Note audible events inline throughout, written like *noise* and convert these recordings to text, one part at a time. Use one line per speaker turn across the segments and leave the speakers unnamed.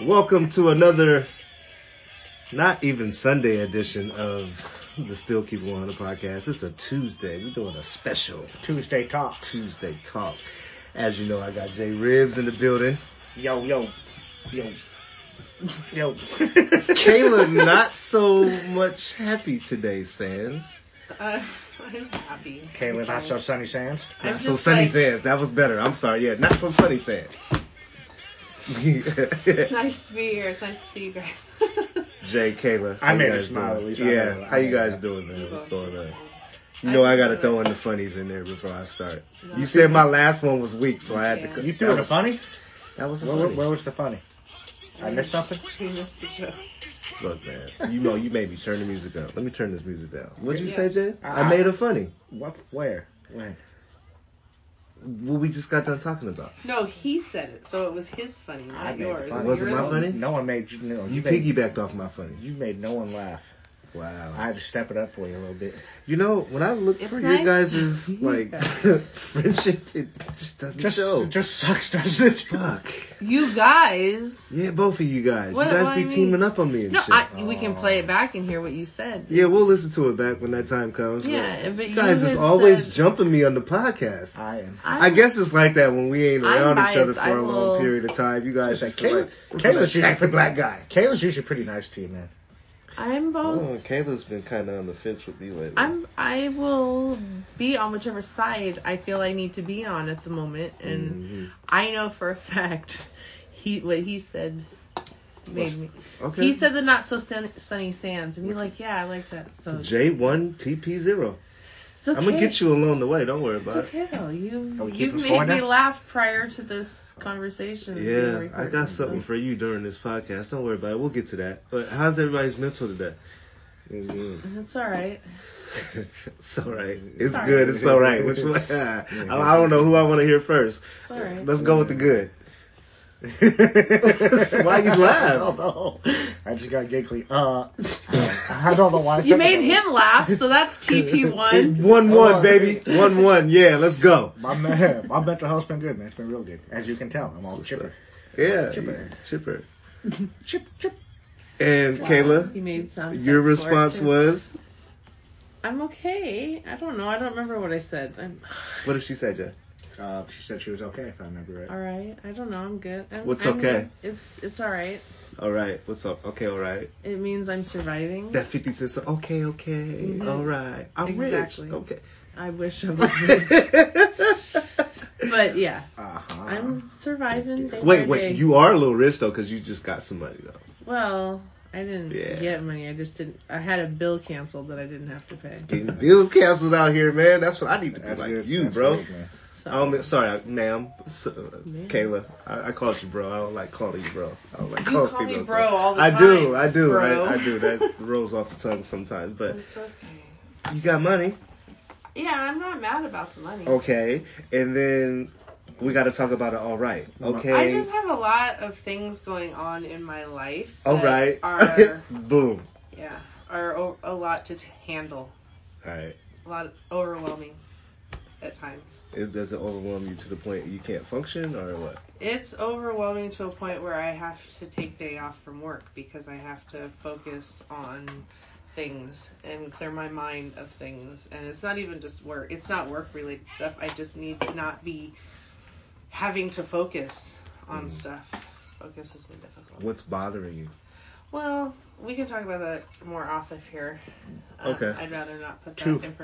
Welcome to another, not even Sunday edition of the Still Keep It 100 podcast. It's a Tuesday. We're doing a special
Tuesday talk.
Tuesday talk. As you know, I got Jay Ribs in the building.
Yo, yo, yo, yo. *laughs*
Kayla, not so much happy today, Sans.
Uh, *laughs* I'm happy.
Kayla, not so sunny sands.
I'm
Not so
just
sunny,
like-
Sans. That was better. I'm sorry. Yeah, not so sunny, Sans.
It's nice to be here. It's nice to see you guys.
*laughs*
*laughs*
Jay, Kayla.
I
how you
made her
guys
smile,
doing?
at least. I
Yeah,
know- I
how you
know
guys
that.
doing, man? What's going on? You
I
know I
can
gotta
do
throw
it.
in the funnies in there before I start.
No.
You said my last one was weak, so I had to.
Yeah.
cut-
You threw
that
it a
was-
funny?
That was a
Where, where,
funny.
where was the funny? I missed something?
We missed the joke.
*laughs* Look, man, you know you made me turn the music up. Let me turn this music down. What'd you
Yeah. Uh,
say, Jay?
I-
I made it funny.
What? Where? When?
What we just got done talking about.
No, he said it, so it was his funny, not
I made the
yours.
funny.
Was it
Yours
my
was-
funny?
No one made you. No,
You
made,
piggybacked off my funny.
you made no one laugh.
Wow.
I had to step it up for you a little bit.
you know when I look
It's
for your
nice.
guys' like *laughs* friendship, it just doesn't
Just,
show.
it just sucks, doesn't it?
Fuck.
You guys.
Yeah, both of you guys.
What-
you guys
what
be
I mean-
teaming up on me and
No,
shit.
I, we can play it back and hear what you said.
Yeah, we'll listen to it back when that time comes.
Yeah, but you
guys is
had
always
said-
jumping me on the podcast.
I am.
I'm-
I guess it's like that when we ain't
I'm
around each other
biased.
for
I
a long
will-
period of time. You guys
Like,
just are
Kayla,
like,
Kayla's
"Let's
usually
sack the black guy.
Kayla's usually pretty nice to you, man.
I'm both.
Oh, Kayla's been kind of on the fence with me lately.
I'm. I will be on whichever side I feel I need to be on at the moment, and
Mhm.
I know for a fact he what he said made me.
Okay.
He said the not so sun, sunny sands, and you're like, yeah, I like that. So
J1 TP0.
it's okay.
I'm gonna get you along the way. Don't worry
It's
about it.
okay though.
Are
You
we
you've
keeping
made
score
me
now?
laugh prior to this conversation. being
Yeah, I
recorded,
got
so-
something for you during this podcast. Don't worry about it. We'll get to that. But how's everybody's mental today? Mm-hmm.
It's all right.
*laughs* it's all right. It's
Sorry.
good. It's all right. Which one? *laughs* I, I don't know who I want to hear first.
It's all right.
Let's go with the good. Mm-hmm. *laughs* Why you
*laughs* I
laugh?
don't know. I just got giggly. Uh, *laughs* I don't know why. I
You
said
made
that.
him laugh,
*laughs*
so that's TP one.
One one
on.
baby. One one. Yeah, let's go.
My man, *laughs* my mental health's been good, man. It's been real good, as you can tell. I'm all
What's
chipper.
Yeah,
Chipper.
chipper.
Chip, chip.
And Kayla,
you made some.
your
effects for it,
response
too.
was,
I'm okay. I don't know. I don't remember what I said. I'm
what did she say, Jay?
Uh, she said she was okay, if I remember right.
*sighs* all right. I don't know. I'm good. I'm,
What's
I'm
okay?
good. It's it's all right.
All right, what's up? Okay, all right.
It means I'm surviving.
That fifty cents. Okay, okay,
Mhm.
all right. I'm
Exactly.
rich.
*laughs*
Okay. *laughs*
I wish I was. but yeah,
Uh-huh.
I'm surviving. Day by
wait, wait.
day.
You are a little rich though, cause you just got some money though.
Well, I didn't
Yeah.
get money. I just didn't. I had a bill canceled that I didn't have to pay.
Getting bills canceled out here, man. That's what I need to be
That's
like
good.
you,
That's
bro.
good, man.
So
I don't mean, Oh, sorry, I- ma'am, S- uh,
Ma'am.
Kayla. I, I called you bro. I don't like calling you bro. I don't like
You
calling
call me
people
bro all the
I
time,
do, I do,
bro.
I, I do.
*laughs*
That rolls off the tongue sometimes, but
it's okay.
you got money,
Yeah, I'm not mad about the money.
okay? And then we got to talk about it. All right,
I
okay,
just have a lot of things going on in my life.
all
that
right, *laughs*
Are *laughs*
boom.
yeah, are o- a lot to t- handle.
All right,
A lot of overwhelming at times.
it does it overwhelm you to the point you can't function or what?
It's overwhelming to a point where I have to take day off from work because I have to focus on things and clear my mind of things. And it's not even just work, it's not work related stuff. I just need to not be having to focus on
Mm.
stuff. Focus has been difficult.
What's bothering you?
Well, we can talk about that more off of here. Uh,
Okay.
I'd rather not put that
Too
information.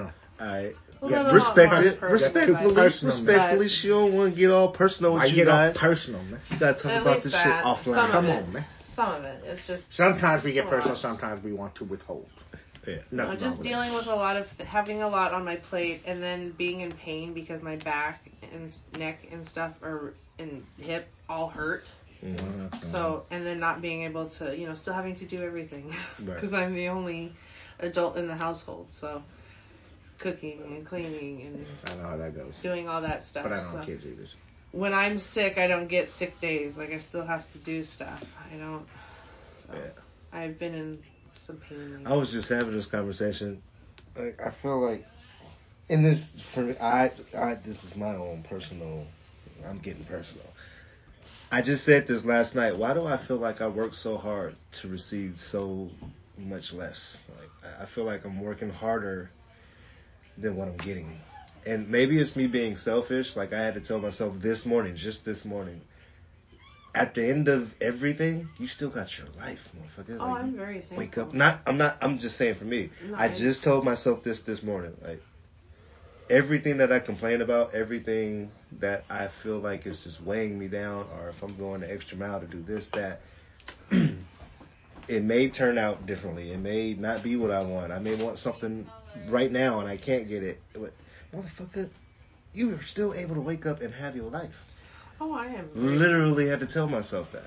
personal.
All right,
Well,
yeah,
no, no, no,
respect
more
it,
personal.
respectfully,
Personal, man.
respectfully. She don't want to get all personal with
I
you
get all
guys.
personal, man.
you gotta talk
At
about
least
this shit
that,
offline.
some of
Come
it.
on, man.
Some of it. It's just
Sometimes we get
Personal.
personal, sometimes we want to withhold.
Yeah.
Nothing
I'm
wrong
just
with
dealing with a lot of having a lot on my plate, and then being in pain because my back and s- neck and stuff are and hip all hurt.
it.
Mhm.
Mhm.
So and then not being able to, you know, still having to do everything *laughs*
Right.
because I'm the only adult in the household. So cooking and cleaning and
I know how that goes.
doing all that stuff.
But I don't
so
have kids either. so-
when I'm sick, I don't get sick days. Like I still have to do stuff. I don't. So
Yeah. Oh.
I've been in some pain.
I was just having this conversation. Like I feel like in this for I I this is my own personal I'm getting personal. I just said this last night. Why do I feel like I work so hard to receive so much less? Like I- I feel like I'm working harder than what I'm getting. And maybe it's me being selfish. Like I had to tell myself this morning, just this morning. At the end of everything, you still got your life, motherfucker.
Oh,
Like,
I'm
you
very thankful.
wake up. Not *laughs* I'm not I'm just saying for me.
No,
I just told myself this this morning. Like everything that I complain about, everything that I feel like is just weighing me down, or if I'm going the extra mile to do this, that. *clears throat* It may turn out differently. It may not be what I want. I may want something right now and I can't get it. But, motherfucker, you are still able to wake up and have your life.
Oh, I am. very-
Literally had to tell myself that.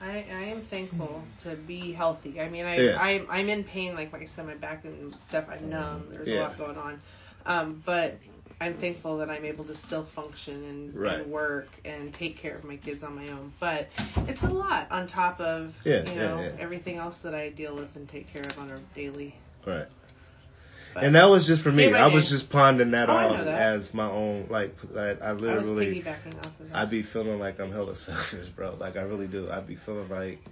I, I am thankful to be healthy. I mean, I,
Yeah.
I, I'm in pain, like I said, my back and stuff, I'm numb. There's a
Mm-hmm. Yeah.
lot going on. Um, but I'm thankful that I'm able to still function and,
Right.
and work and take care of my kids on my own. But it's a lot on top of,
Yeah,
you
yeah,
know,
yeah.
everything else that I deal with and take care of on a daily.
Right.
But
and that was just for me.
Day by
I was
day.
just pondering that
Oh, I know
off
that.
as my own. Like, like I
I was
literally,
piggybacking off of
I,
that.
be feeling like I'm hella *laughs* selfish, bro. Like I really do. I be feeling like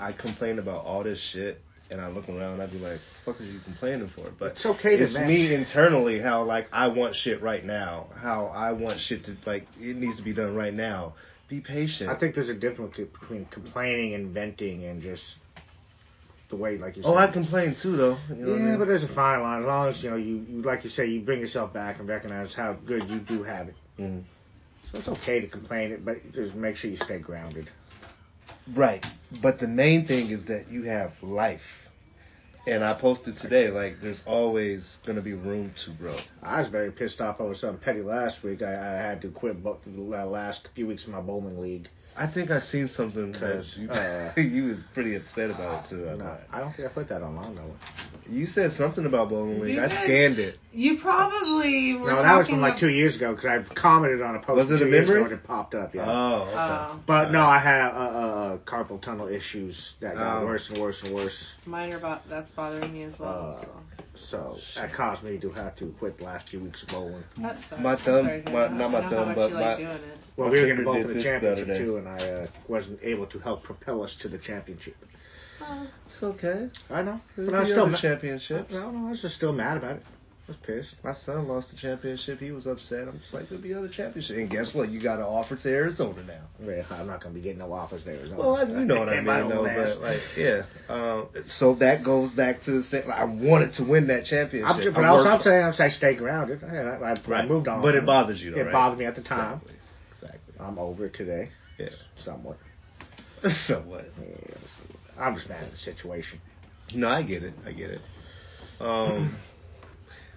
I complain about all this shit, and I look around, I be like, "Fuck, are you complaining for?" But
It's okay to
it's
vent.
me internally how like I want shit right now. How I want shit to like it needs to be done right now. Be patient.
I think there's a difference between complaining and venting and just the way, like you said.
oh, I complain too though. You know what I
yeah,
mean?
but there's a fine line. As long as you know, you, you like you say, you bring yourself back and recognize how good you do have it.
Mhm.
So it's okay to complain, it, but just make sure you stay grounded.
Right. But the main thing is that you have life. And I posted today, like, there's always going to be room to grow.
I was very pissed off over something petty last week. I, I had to quit bo- the la- last few weeks of my bowling league.
I think I seen something that
'Cause,
you,
uh,
*laughs* you was pretty upset about it, too. I
No,
know.
I don't think I put that online though.
You said something about bowling league.
You
I
did.
scanned it.
You probably were
no,
talking
that was from like
ab-
two years ago because I commented on a post.
Was it
two
a
years ago
memory?
and It popped up, yeah.
Oh, okay.
Oh,
but no, I have uh, uh, carpal tunnel issues that got
Oh.
worse and worse and worse.
mine are about, that's bothering me as well.
Uh,
so.
So that caused me to have to quit the last few weeks of bowling.
That sucks.
my
I'm
thumb-
sorry to hear
my-
that.
not my
I know
thumb,
how much
but
you
my-
like doing it.
Well,
My
we were
kicker
getting both
did
in the
this the other
championship
day.
too, and I uh, wasn't able to help propel us to the championship.
It's okay.
I know,
There's
but I was
the
still
other
mad.
championships.
No, no, I was just still mad about it. I was pissed.
My son lost the championship. He was upset. I'm just like, there'll be other championships. And guess what? You got an offer to Arizona now.
Yeah, I'm not gonna be getting no offers there. Arizona.
Well, I, you know what
*laughs*
I
And my
mean, though.
old ass.
But like, yeah. Um, so that goes back to the same. Like, I wanted to win that championship.
I'm just, but
I
also
worked-
I'm saying I'm saying stay grounded. I, I, I moved on.
But it bothers you, though,
It
right?
bothered me at the time.
Exactly. Exactly.
I'm over it today,
Yeah.
somewhat.
*laughs* so what?
Yeah, it's- I'm just mad at the situation.
No, I get it. I get it. Um. *clears throat*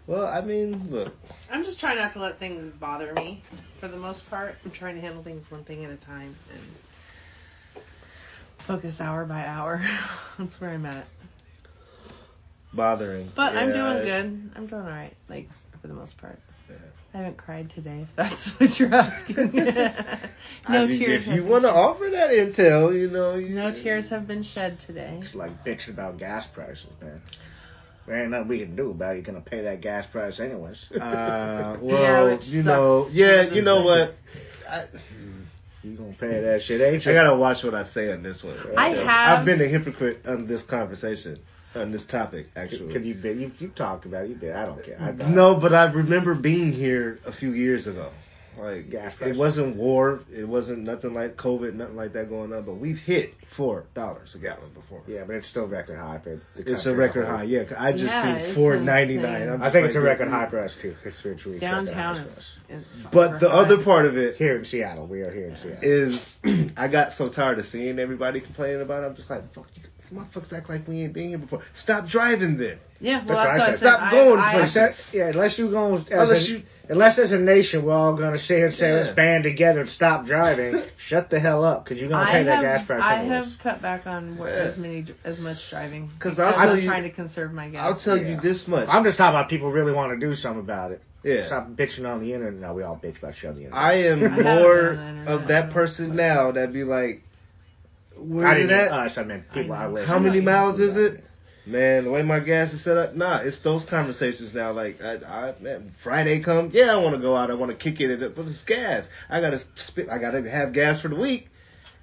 Well, I mean, look.
I'm just trying not to let things bother me for the most part. I'm trying to handle things one thing at a time and focus hour by hour. *laughs* That's where I'm at.
Bothering.
But I'm
Yeah,
doing
I-
good. I'm doing all right, like for the most part.
Yeah.
I haven't cried today, if that's *laughs* what
*laughs*
you're asking. *laughs* no
I mean,
tears.
If
have
you
been
want to
shed.
offer that intel, you know. You,
no tears have been shed today.
It's like bitching about gas prices, man. There ain't nothing we can do about it. You're gonna pay that gas
*laughs*
price anyways.
Uh,
*laughs* Yeah,
well,
which
you
sucks
know,
for
yeah,
the
you know what?
you gonna pay that shit, ain't you?
I gotta watch what I say on this one.
I
I've
have-
been a hypocrite on this conversation, on this topic, actually.
Could you, be- you you talked about it. You did. I don't care. I thought-
no, but I remember being here a few years ago. Like
Gas
it
prices.
wasn't war, it wasn't nothing like COVID, nothing like that going on. But we've hit four dollars a gallon before.
Yeah, but it's still record high for the country
It's
as
a record
whole.
high, yeah. 'cause I just
Yeah,
see
it's
four ninety
insane.
nine.
I think it's a record high for us too. It's, it's really record high
Downtown
for
is.
us.
in-
mm. But the other part of it
here in Seattle. We are here in Seattle.
is *clears throat* I got so tired of seeing everybody complaining about it. I'm just like, fuck you, motherfuckers act like we ain't been here before. Stop driving then.
Yeah, well,
That's
that's what I
right.
said.
Stop
I-
going
I-
places.
Unless, yeah, unless you going
Unless
unless
you-
unless as a nation we're all gonna sit here and say let's
Yeah.
band together and stop driving. Shut the hell up, because you're gonna pay
I
that
have,
gas price
I
anyways.
have cut back on what,
Yeah.
as many as much driving
'Cause
because
I'll tell
I'm
you-
trying to conserve my gas.
I'll tell you
Yeah.
this much.
I'm just talking about people really want to do something about it.
yeah.
Stop bitching on the internet. No, we all bitch about shit on the internet.
I
I
am
haven't
more
been on the
of
internet.
that person now that be like,
I
where's
didn't
it
mean
at?
us. I meant people I,
I know.
live.
How
with.
many miles is it? Man, the way my gas is set up, nah, it's those conversations now. Like, I, I man, Friday come, yeah, I want to go out, I want to kick it, but it's gas. I gotta spit, I gotta have gas for the week.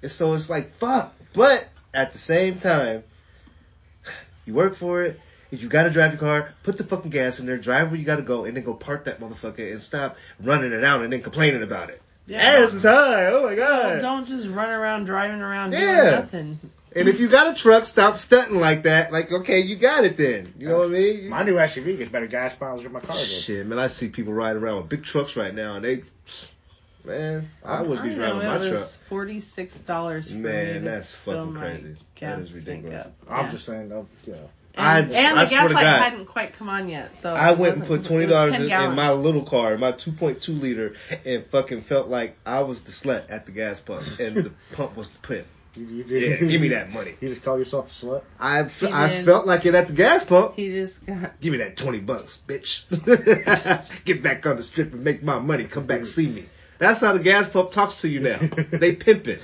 And so it's like fuck. But at the same time, *sighs* you work for it. If you gotta drive your car, put the fucking gas in there, drive where you gotta go, and then go park that motherfucker and stop running it out and then complaining about it. Ass is high. Oh my god.
Well, don't just run around driving around
Yeah.
doing nothing.
and if you got a truck, stop stunting like that. Like okay, you got it then. You know what I mean? You-
My new SUV gets better gas mileage than my car did.
Shit, man, I see people riding around with big trucks right now, and they, man, I would be
don't
driving
know,
my
it
truck.
was Forty-six dollars for me to
Man, that's
fill
fucking
my
crazy.
gas
That is
tank
ridiculous.
up.
I'm
Yeah.
just saying, I'm, you know,
I-
and, and
I
the
swear to
gas light
God.
hadn't quite come on yet, so
I
uh, it
went and
wasn't
put twenty
complete. It was
dollars
10
in, in my
gallons.
little car, my two point two liter, and fucking felt like I was the slut at the gas pump, and
*laughs*
the pump was the pimp.
you, you,
Yeah, give me that money.
*laughs* You just call yourself a slut?
I
He
I
did.
felt like it at the gas pump.
He just got
Give me that twenty bucks, bitch.
*laughs*
Get back on the strip and make my money. Come
Mm-hmm.
back see me. That's how the gas pump talks to you
*laughs*
now. they pimping.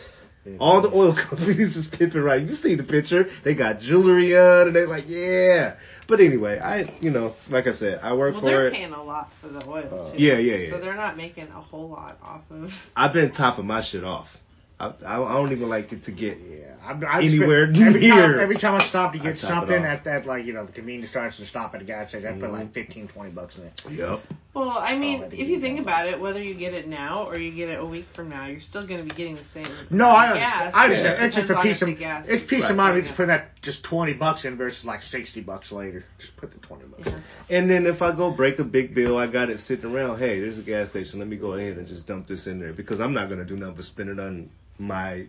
All the oil *laughs* companies is pimping right. You see the picture. They got jewelry on and they like, yeah. But anyway, I you know, like I said, I work
well,
for
they're
it.
paying a lot for the oil
Uh,
too.
yeah, yeah, yeah.
So they're not making a whole lot off of.
*laughs* I've been topping my shit off. I, I, I don't even like it to get
Yeah, I'm, I
Anywhere
spend, every
near.
Time, every time I stop to
I
get
top it
something
off.
at that, like you know, the convenience stores and stop at a gas station, I put
Mhm.
like 15, 20 bucks in it.
Yep.
Well, I mean,
Oh, I
if you think about it, whether you get it now or you get it a week from now, you're still going to be getting the same.
No, I understand.
gas.
I
It
understand. It's
depends
just a
on
piece
if the
of
gas
it's
is
peace
right
of mind.
or
We just
not.
put that just twenty bucks in versus like sixty bucks later. Just put the twenty bucks.
Yeah.
in.
And then if I go break a big bill, I got it sitting around. Hey, there's a gas station. Let me go ahead and just dump this in there because I'm not gonna do nothing but spend it on my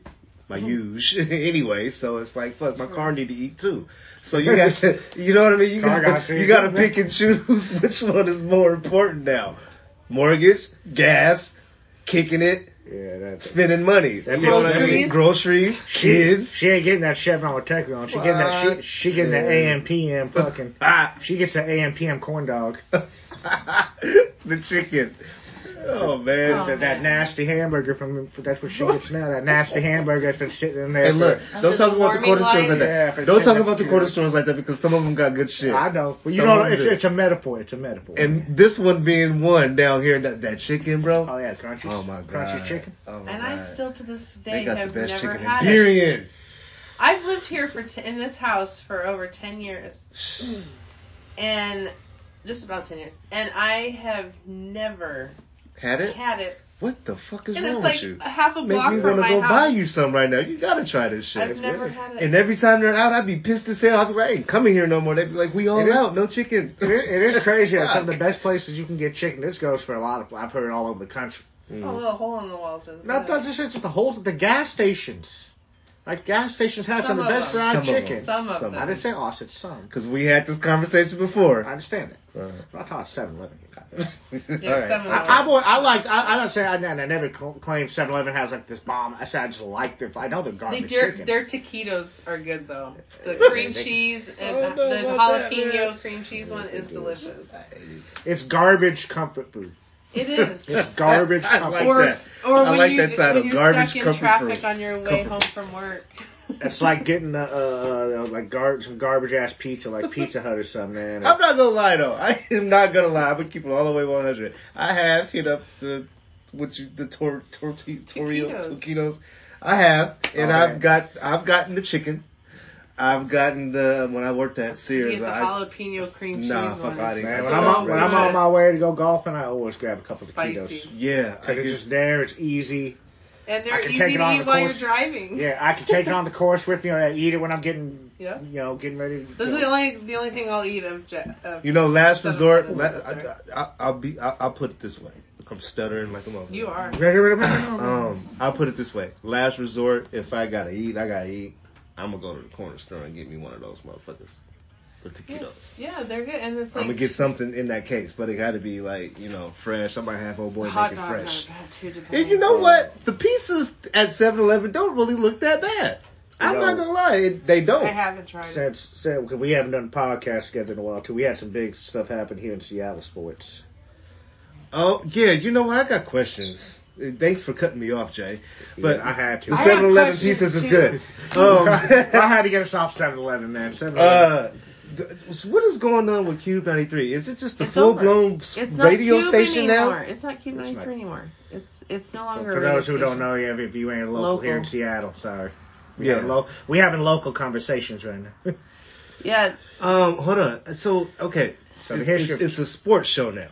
my
Mm-hmm.
use *laughs* anyway. So it's like fuck, my car need to eat too. So you got to, *laughs* you know what I mean? You
Car
got
got
to,
food.
you got to pick and choose *laughs* which one is more important now. Mortgage, gas, kicking it,
Yeah, that's.
spending money. You know what I mean?
Groceries.
Groceries, kids.
She ain't getting that Chevron with Tech on. She getting that. She,
What?
she getting that
Yeah.
AM PM fucking.
Ah,
She gets an AM PM corn dog.
*laughs* the chicken. Oh man.
Oh,
That, that nasty hamburger from that's what she gets now. That nasty
*laughs*
hamburger that's been sitting in there.
Hey,
for-
look!
Under
Don't
the
talk about the
warming
corner stores like
lights.
that.
Yeah,
don't
for
talk
sure.
about the corner stores like that because some of them got good shit.
I know. Well, you
Some
know,
of
it's,
them do.
it's a metaphor. It's a metaphor.
And this one being one down here, that, that chicken,
oh
bro.
yeah, crunchy.
Oh my god.
crunchy chicken.
Oh,
And
my
I
God.
still to this
They
day
got the
have
best
never
chicken
had
in
it.
period.
I've lived here for t- in this house for over ten years, Mm. and just about ten years, and I have never
Had it?
had it.
What the fuck is
And
wrong
it's
with
like
you?
a half a
Make
block
me
from
want to
my
go
house.
buy you some right now. You gotta try this shit.
I've never had it.
And every time they're out, I'd be pissed as hell. I'd be like, I ain't coming here no more. They'd be like, we all
It is-
out, no chicken.
It is, it is crazy. that Some of the best places you can get chicken. This goes for a lot of. I've heard all over the country.
Oh,
Mm.
little hole in the walls. Are the
Not
best.
not just it's the holes at the gas stations. Like gas stations have some,
Some
of the
of
best
them.
fried
Some of
chicken.
them.
Some of
I
them.
didn't say all. I said some.
Because we had this conversation
I
before.
understand that.
Right.
I'm not talking Seven Eleven.
*laughs* All
Yeah,
right.
some of them.
I, I've always, I liked. I, I don't say I, I never cl- claim 7-Eleven has like this bomb. I said I just like their. I know they're
They,
garbage
their,
chicken.
their taquitos are good though. The
Yeah,
cream
they-
cheese and
I don't know
the
about that,
jalapeno
man.
cream cheese one is delicious.
It's garbage comfort food.
It is.
It's
*laughs*
garbage
I
comfort.
like
or
that.
or
I
when
like
you
that title,
when you're
garbage
stuck in
comfort
traffic
food.
on your way
Comfort
home from work.
It's
*laughs*
like getting a, uh, uh, like gar- some garbage ass pizza, like Pizza Hut or something,
*laughs*
man.
I'm not gonna lie though. I am not gonna lie. I'm gonna keep it all the way 100. I have hit up the what you the tor, tor, torrio
Taquitos.
taquitos. I have, and
Oh,
I've
man.
got I've gotten the chicken. I've gotten the when I worked at
You
Sears.
get the
I,
jalapeno cream cheese
Nah, fuck
one.
outta
It's
here.
Man,
so
when I'm on, when I'm on
good.
my way to go golfing, I always grab a couple
Spicy.
of taquitos.
yeah, I
Cause
get,
it's just there. It's easy. I
and they're
can
easy to
take
eat
it on
while
the course.
you're driving.
Yeah, I can take it on the course with me, or I eat it when I'm getting,
Yeah.
you know, getting ready. To,
*laughs* Those are the only the only thing I'll eat of. Je- of
you know, last
Seven
resort.
Eleven
uh,
La, I,
is up there.
I, I'll be. I, I'll put it this way. I'm stuttering like a motherfucker.
you are.
*laughs* Um, *clears throat* I'll put it this way: last resort, if I gotta eat, I gotta eat. I'm gonna go to the corner store and get me one of those motherfuckers with taquitos.
Yeah, they're good, and it's
I'm
like
gonna get something in that case, but it gotta be like you know fresh. I might have old boy make
hot
it
dogs
fresh.
are bad too.
And
depending
you know
on-
what? The pizzas at 7-Eleven don't really look that bad. I'm
No.
not gonna lie, it, they
I
don't.
haven't tried. it.
Since, since we haven't done podcasts together in a while, too, we had some big stuff happen here in Seattle sports.
Oh yeah, you know what? I got questions. Uh, Thanks for cutting me off, Jay. But
Yeah, I had Oh. to.
the
I have
7-Eleven
questions
*laughs*
pizzas is
too.
good.
I
Um,
had to get us off 7-Eleven, man. 7-Eleven.
Uh, G- What is going on with Cube 93? Is it just a
It's
full
over.
blown
It's not
radio
Cube
station
anymore.
now?
It's not Cube
It's
93
not.
anymore. It's it's no longer.
For
a radio
those who don't
station.
know, yeah, if you ain't local,
Local.
here in Seattle, sorry. We
Yeah.
yeah. Lo- we having local conversations right now. *laughs*
yeah,
Um, hold on. So okay,
So the
It's-
history-
it's, it's a sports show now,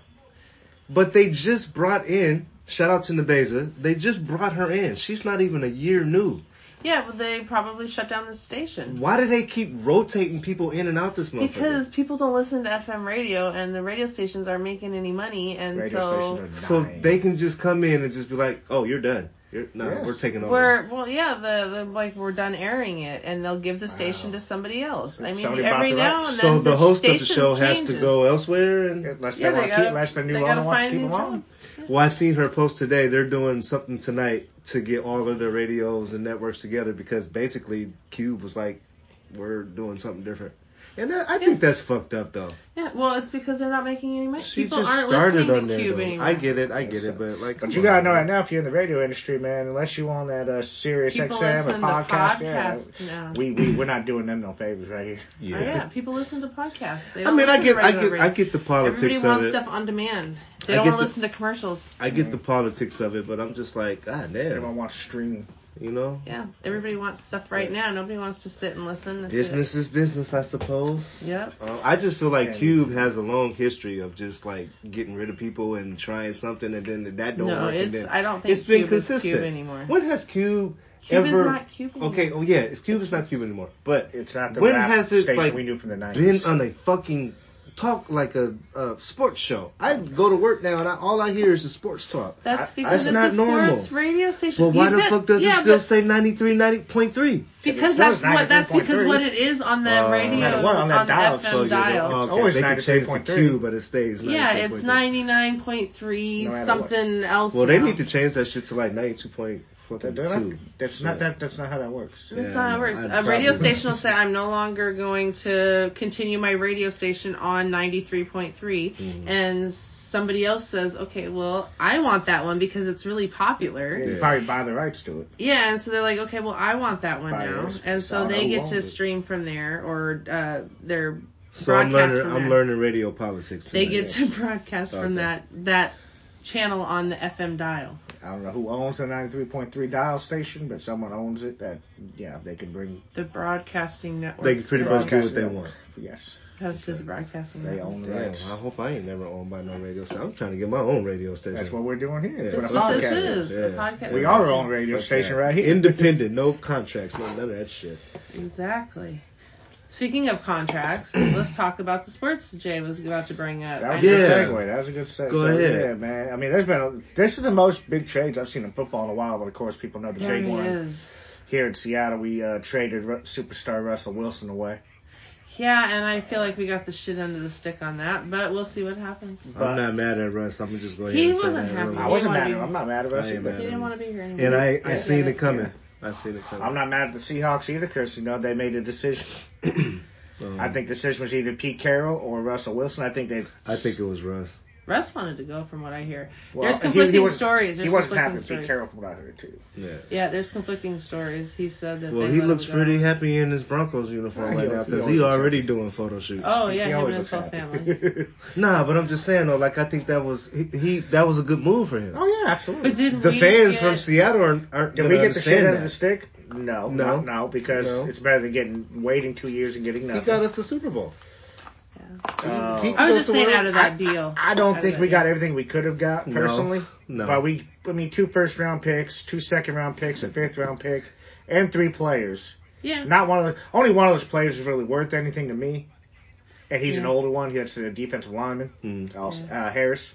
but they just brought in. Shout out to Nebeza. They just brought her in. She's not even a year new.
yeah. Well, they probably shut down the station
Why do they keep rotating people in and out this month?
because people don't listen to FM radio, and the radio stations aren't making any money, and
Radio
so
stations are
so
dying.
they can just come in and just be like, "Oh, you're done. You're no,
Yes.
we're taking over."
We're well, yeah. The, the like we're done airing it, and they'll give the station
Wow.
to somebody else. I mean,
Somebody bought
every
the
now
rights.
and then
so the, host of the
station
show has
changes.
to go elsewhere and
unless they
Yeah,
want
they
to
gotta,
keep, unless the new
they
owner
gotta
wants to
find
keep
a
them
new job.
on.
Well, I seen her post today. They're doing something tonight to get all of the radios and networks together because basically Cube was like, "We're doing something different," and that, I
Yeah.
think that's fucked up though.
Yeah, well, it's because they're not making any money.
She
People
just
aren't
started
listening
on
to
there.
Cube
though.
anymore.
I get it, I get
Yes,
it, but like,
But
come
you gotta
on,
know right
man.
now, if you're in the radio industry, man, unless you on that uh, Sirius
People
XM
listen
and
to
podcast, yeah,
podcasts now.
we we we're not doing them no favors right here.
Oh, Yeah. people listen to podcasts. They
I
don't
mean, I
listen to
get, I
regular
get,
radio.
I get the
Everybody
politics of
wants
it.
stuff on demand. They
I
don't
get
want to
the-
listen to commercials.
I get the politics of it, but I'm just like, God damn,
Everyone wants streaming.
you know,
Yeah, everybody wants stuff right now. Nobody wants to sit and listen. to-
business is business, I suppose.
Yep.
Um, I just feel like
And-
Cube has a long history of just like getting rid of people and trying something, and then that don't
No,
work. and
it's.
then
I don't think
it's been
Cube
consistent.
is Cube anymore.
When has Cube,
Cube
ever?
is not Cube anymore.
okay, oh yeah, it's Cube is not Cube anymore. But
It's not the
When
rap
has it,
station
like,
we knew from the
been
nineties.
on a fucking talk like a, a sports show. I go to work now and I, all I hear is a sports talk.
That's
I-
because
that's
it's
not
a
normal.
sports radio station.
Well, why
You
the
bet-
fuck does
yeah,
it still
but
say 93, 90.3?
Because
It
that's
says
what that's because
93.3.
what it is on the
Uh,
radio
Matter what, on that dial,
the FM
so you don't-
dial.
Oh,
It's always
they can change the
93.3.
Q, but it stays 93.3.
Yeah, it's ninety nine point three
No matter
something else.
Well, they
now.
need to change that shit to like 92.2.
That's not that. That's not how that works.
That's
Yeah,
not how
no,
it works.
I
A radio
probably-
station will say, "I'm no longer going to continue my radio station on ninety three point three,
Mhm.
and somebody else says, "Okay, well, I want that one because it's really popular."
You
Yeah.
probably buy the rights to it.
Yeah, and so they're like, okay, well, I want that one
Right,
now,
it's-
and
it's
so
on
they
who
get
owns
to
it.
stream from there, or uh, they're
So I'm
broadcast
learning,
from
I'm
that.
learning radio politics.
they
tonight.
get to *laughs* broadcast
Okay.
from that that channel on the FM dial.
I don't know who owns the 93.3 dial station, but someone owns it. That yeah, they can bring.
The broadcasting network.
They can pretty
that
much do what
Broadcast
they
network.
want.
Yes,
goes to the broadcasting.
they
network.
own the
Damn, I
rights.
hope I ain't never owned by no radio station. I'm trying to get my own radio station.
That's what we're doing here.
Yeah.
That's
That's
what
what
a
this
podcast
is.
is,
a
yeah.
podcast.
We are our own radio station right here.
Independent, no contracts, no none of that shit.
Exactly. Speaking of
*clears throat*
contracts, let's talk about the sports Jay was about to bring up.
That was
Yeah.
a good segue. That was a good segue.
Go ahead.
Yeah, man. I mean, there's been a, this is the most big trades I've seen in football in a while. But of course, people know the
There
big
he
one
is.
here in Seattle. We uh, traded Ru- superstar Russell Wilson away.
Yeah, and I feel like we got the shit under the stick on that, but we'll see what happens.
I'm
But-
not mad at Russ. I'm gonna just go ahead.
He
and say
wasn't
that.
happy.
I
He
wasn't
wanna
mad at
be-
him. I'm not mad at
I
Russ
ain't
He
mad
either.
at
didn't want to be here anymore.
And I, I
Yeah.
seen it coming. I seen it coming.
I'm not mad at the Seahawks either because you know they made a decision.
Um,
I think the decision was either Pete Carroll or Russell Wilson. I think they.
I think it was Russ.
Russ wanted to go, from what I hear.
well,
there's
he-
conflicting
he was,
stories.
He
There's
wasn't happy
conflicting
with Pete
stories.
Carroll from what I heard too.
Yeah.
Yeah, there's conflicting stories. He said that.
Well,
they
he
let
looks
him go.
pretty happy in his Broncos uniform
Nah,
right
he-
now
he
because he,
always looks
already doing photo shoots.
Oh yeah,
he
him and
always
his
looks
whole
*laughs*
family.
happy.
Nah, but I'm just saying though, like I think that was he, he that was a good move for him.
oh yeah, absolutely.
But did
The
we
fans
get-
from Seattle aren't, aren't
Did
gonna
we get the
understand
shit out of the
that.
stick? No,
No.
no, no, because
No.
it's better than getting waiting two years and getting
He
nothing.
got us the Super Bowl.
Uh,
He- Goes
I was just
to
saying
work.
out of that deal.
I
I
don't think we
bet, yeah.
got everything we could have got
No.
personally,
No.
but we, I mean, two first round picks, two second round picks, a fifth round pick, and three players.
Yeah.
Not one of those. Only one of those players is really worth anything to me, and he's an
Yeah.
older one. He's a defensive lineman,
Mm.
also, uh, Harris.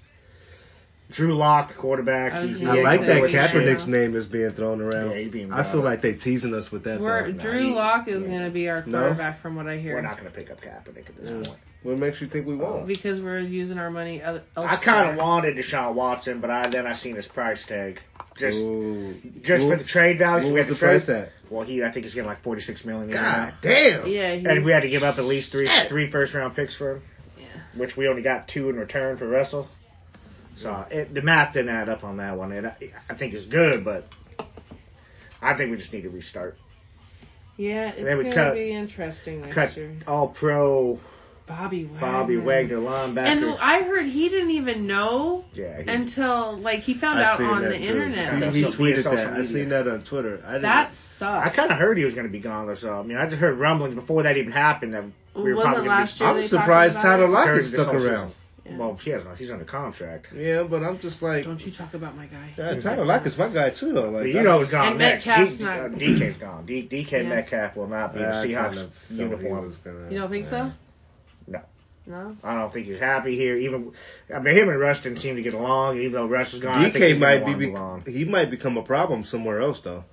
Drew Lock, the quarterback.
I was
he-
gonna
he
I
Yeah,
ain't
like
gonna
that
win shit.
Kaepernick's name is being thrown around.
Yeah, he being
I feel
brought up.
like they teasing us with that. though.
We're, Drew
he-
Lock is
yeah.
going to be our
No?
quarterback, from what I hear.
We're not going to pick up Kaepernick at this
Yeah.
point.
What makes you think we won't?
because we're using our money. oth-
I kind
elsewhere.
of wanted Deshaun Watson, but I then I seen his price tag. Just
Ooh.
just
What-
for the trade
what
value, we
was
had
the
to trade.
price at?
Well, he I think he's getting like forty six million.
God
God.
damn.
Yeah, he's,
And we had to give up at least three
Shit.
three first round picks for him,
Yeah.
which we only got two in return for Russell. So it, the math didn't add up on that one, and I, I think it's good, but I think we just need to restart.
Yeah, it's
then we
going to
cut-
be interesting next
Cut
year.
all pro
Bobby Wagner.
Bobby Wagner, linebacker.
And I heard he didn't even know
yeah, he,
until like he found
I
out
seen
on
that
the
too.
internet.
He, he
Yeah, so-
tweeted
social
that. I
media.
seen that on Twitter. I didn't,
That
I
sucks.
kind of heard he was going to be gone or something. I mean, I just heard rumblings before that even happened that we were
Wasn't
probably going
last
to be.
year-
I'm
they
surprised
talking about
Tyler
it?
Lockett
Curtis
stuck
Olsen.
around.
Yeah.
Well, he has not. He's under contract.
Yeah, but I'm just like,
Don't you talk about my guy.
God, Tyler Lockett's my guy too, though. Like,
But
I-
you know who's gone
And
next.
Metcalf's
D-
not-
uh, DK's gone. D- DK
Yeah.
Metcalf will not be in the
I
Seahawks
kind of felt he
uniform.
was gonna-
You don't think so?
No.
No.
I don't think he's happy here. Even I mean, him and Rushton seem to get along. Even though Rush is gone, I think
DK
he's gonna
might
wanna
be,
move on.
bec he might become a problem somewhere else though.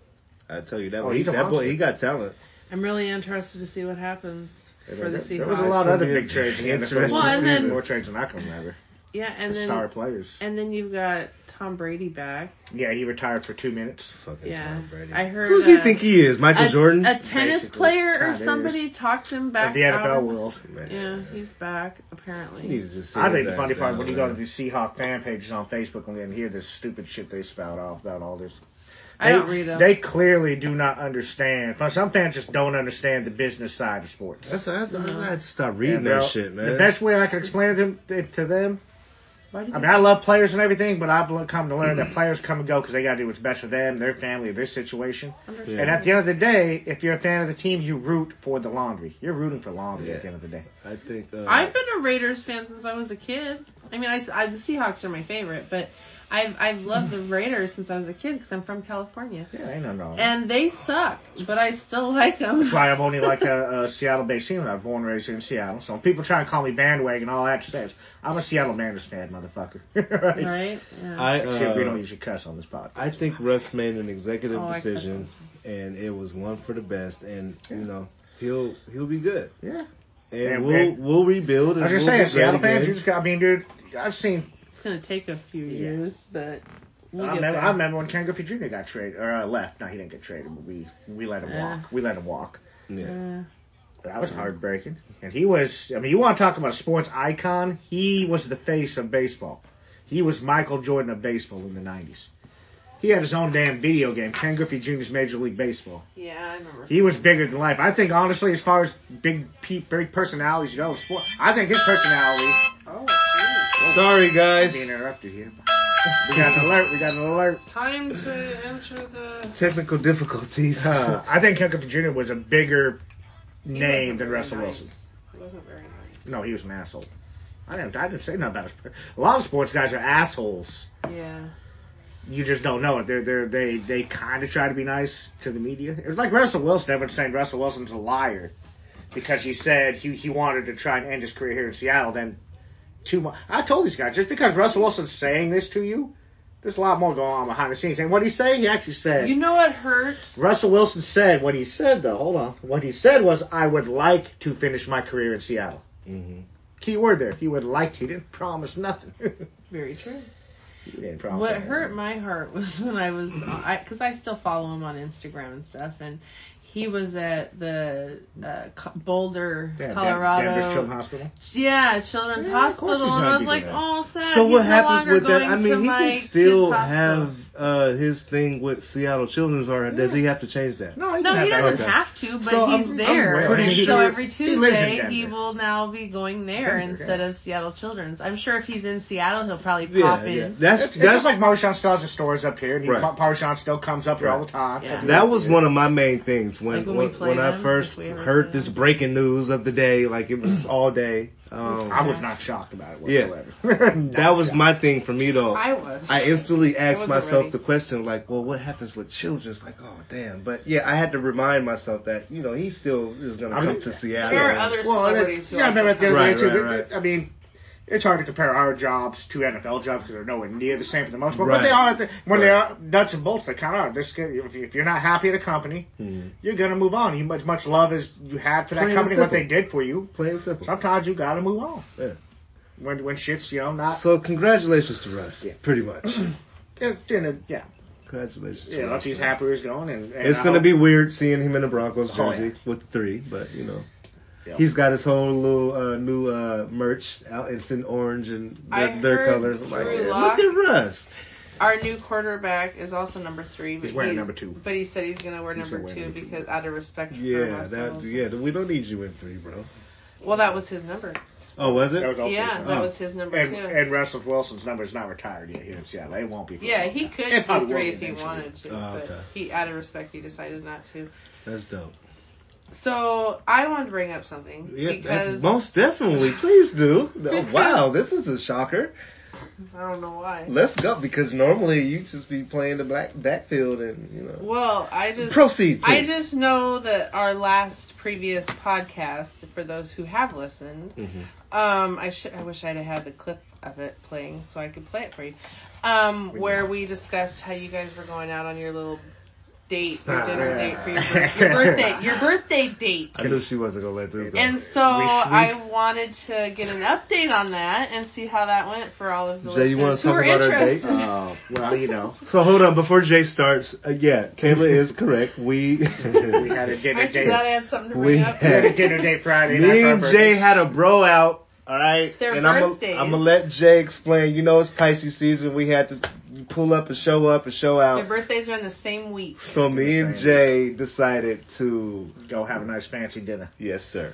I tell you that.
Oh,
boy,
he's a
that boy,
monster.
he got talent.
I'm really interested to see what happens for the Seahawks.
there was a lot
It's
of other
gonna be
big trades in the NFL.
interesting
Well, and then-
more trades than I can remember.
yeah, and
The
then
star players.
and then you've got Tom Brady back.
Yeah, he retired for two minutes.
Fucking
Yeah,
Tom Brady.
I heard.
Who's he
uh,
think he is? Michael
a,
Jordan.
a tennis
Basically.
player
Kinda
or
is.
somebody talked him back.
of the NFL
out.
world.
Man,
Yeah, he's back
you need
apparently.
to just
I
sit
think the
his
funny
ass
part
down,
when you go to
man.
these Seahawk fan pages on Facebook and then hear this stupid shit they spout off about all this.
I
They-
don't read them.
They clearly do not understand. Some fans just don't understand the business side of sports.
That's, that's, that's,
No.
I had to stop
Yeah,
reading
bro.
that shit, man.
The best way I can explain it to them, to them
Why do
I
they-
mean, I love players and everything, but I've le- come to learn that players come and go because they got to do what's best for them, their family, their situation.
Understand.
And at the end of the day, if you're a fan of the team, you root for the laundry. You're rooting for laundry
Yeah.
at the end of the day.
I think. Uh,
I've been a Raiders fan since I was a kid. I mean, I, I- the Seahawks are my favorite, but I've I've loved the Raiders since I was a kid because I'm from California,
Yeah, ain't nothing wrong. with that.
and they suck, but I still *laughs* like them.
That's why I'm only like a, a Seattle-based team. I'm born and raised here in Seattle. So when people try and call me bandwagon, all that says I'm a Seattle Mariners fan, motherfucker. *laughs* right?
Right? Yeah.
I,
Except we don't
uh,
usually cuss on this podcast.
I think Russ made an executive
Oh, I cussed
decision, and it was one for the best. And you know, he'll he'll be good.
yeah.
And
And-
we'll
and-
we'll rebuild.
I
and
was just
we'll
saying,
be great
Seattle fans,
again.
you just got. I mean, dude, I've seen.
it's gonna take a few
Yeah.
years, but we'll
I,
get
remember,
there.
I remember when Ken Griffey Jr. got traded or uh, left. No, he didn't get traded. But we we let him
Yeah.
walk. We let him walk.
Yeah.
Yeah.
That was heartbreaking. And he was. I mean, you want to talk about a sports icon? He was the face of baseball. He was Michael Jordan of baseball in the '90s. He had his own damn video game, Ken Griffey Jr.'s Major League Baseball.
yeah, I remember.
He was bigger than life. I think honestly, as far as big pe- big personalities go, sport, I think his personality.
oh,
Sorry,
I'm
guys.
being interrupted here. We got an alert. We got an alert.
it's time to enter the.
Technical
*laughs*
difficulties.
Uh, I think Ken Griffey Jr. was a bigger
He
name
wasn't
than
very
Russell
nice.
Wilson.
He wasn't very nice.
No, he was an asshole. I didn't. I didn't say nothing about his. A lot of sports guys are assholes.
Yeah.
You just don't know it. They're, they're, they they kind of try to be nice to the media. It was like Russell Wilson. Everyone's saying Russell Wilson's a liar because he said he, he wanted to try and end his career here in Seattle. Then two months. I told these guys just because Russell Wilson's saying this to you, there's a lot more going on behind the scenes. And what he say? He actually said
You know what hurt?
Russell Wilson said what he said though. Hold on. What he said was I would like to finish my career in Seattle.
hmm
Key word there. He would like to. He didn't promise nothing. *laughs*
Very true.
he didn't promise.
What
nothing.
hurt my heart was when I was, I because I still follow him on Instagram and stuff, and he was at the uh, Co- Boulder,
Yeah, Den-
Colorado,
Denver's Children's Hospital.
yeah, Children's
Yeah, of course
Hospital,
he's
and
gonna
I was
do
like,
that.
oh, sad.
So what
he's
happens
no
with
longer
that? I
going to
mean, he
my
can still
kid's hospital.
have uh, his thing with Seattle Children's, or does he have to change that?
No, he,
No,
didn't
he
have um,
doesn't
Okay.
have to, but
So,
he's
I'm- I'm
there.
aware.
and
Pretty
so
sure
every
he lives in
Tuesday he,
Denver.
will now be going there
Denver,
instead
yeah.
of Seattle Children's. I'm sure if he's in Seattle, he'll probably
Yeah,
pop
yeah.
in.
That's
It's, it's
that's
just like Marshawn still has his stores up here. And he,
Right.
Marshawn still comes up here all the time.
Yeah.
That was one of my main things
Like
when
when
when,
we
when,
play them,
I
if
first
we ever
heard
play
this
them.
breaking news of the day. Like it was all day.
I
Um,
was not shocked about it
Yeah.
whatsoever. *laughs*
that was my thing for me though.
I was.
I instantly asked
wasn't
myself
ready.
the question like, well, what happens with children? It's like, oh damn. But yeah, I had to remind myself that you know he still is gonna
I
come
mean,
to Seattle.
there are
and-
other
well, and
celebrities
then-
who
yeah, I
also
remember at the end of the
Right,
day, too,
right,
that- I mean, it's hard to compare our jobs to NFL jobs because they're nowhere near the same for the most part. But
Right.
they are at the, when they
Right.
are nuts and bolts, they kind of are. This, if you- if you're not happy at a company,
Mhm.
you're gonna move on. You much much love as you had for that
Plain and
company, what
simple.
they did for you.
Plain and simple.
Sometimes you gotta move on.
Yeah.
When when shit's you know not
So congratulations to Russ.
Yeah.
Pretty much.
it, it, yeah
Congratulations. to
yeah
Russ,
let's he's
man.
happy he's going and, and
It's
I
gonna
hope-
be weird seeing him in the Broncos
Oh, yeah.
jersey with the three, but you know.
Yeah.
He's got his whole little uh, new uh, merch out. It's in orange and
I
their, their
heard
colors. I'm like,
Drew
yeah,
Lock-
look at Russ.
Our new quarterback is also number three. But
He's wearing number two.
But he said he's going to wear
He's
number
gonna wear
two
number two.
because out of respect for
Yeah,
Russell
that.
Wilson.
Yeah, we don't need you in three, bro.
Well, that was his number.
Oh, was it?
That was also
yeah,
his
Oh.
that was his number
And,
too.
and Russell Wilson's number is not retired yet here in Seattle. It won't be. for
yeah,
long
he
now.
could
It
do
probably
three
will
if he
eventually.
wanted to,
Oh,
but
okay.
he, out of respect, he decided not to.
That's dope.
So I want to bring up something
Yeah, that-
because
most definitely. Please do.
*laughs*
No, wow, this is a shocker.
I don't know why.
Let's go because normally you just be playing the black backfield and you know.
Well, I just
Proceed, please.
I just know that our last previous podcast, for those who have listened,
Mhm.
um, I should I wish I'd have had the clip of it playing so I could play it for you. Um, where we discussed how you guys were going out on your little date, your dinner date for your, birth- your
*laughs*
birthday, your birthday date.
Ah, I knew she wasn't gonna let this go.
And so
We should-
I wanted to get an update on that and see how that went for all of the
Jay, you wanna
listeners
talk
who are
about our date?
interested.
Oh well, you know,
so hold on before Jay starts. Uh, yeah, Kayla is correct. We
*laughs* *laughs* we had a dinner
Aren't you
date.
glad I had something to
We
bring up?
We had a
had-
*laughs* dinner date Friday
*laughs*
night.
me
for our
and Jay
birthday.
had a bro out. All right,
Their
and I'm
birthdays.
gonna let Jay explain. You know it's Pisces season. We had to pull up and show up and show
Their
out.
birthdays are in the
*laughs*
same week.
So me and Jay decided to
go have a nice fancy dinner.
yes sir.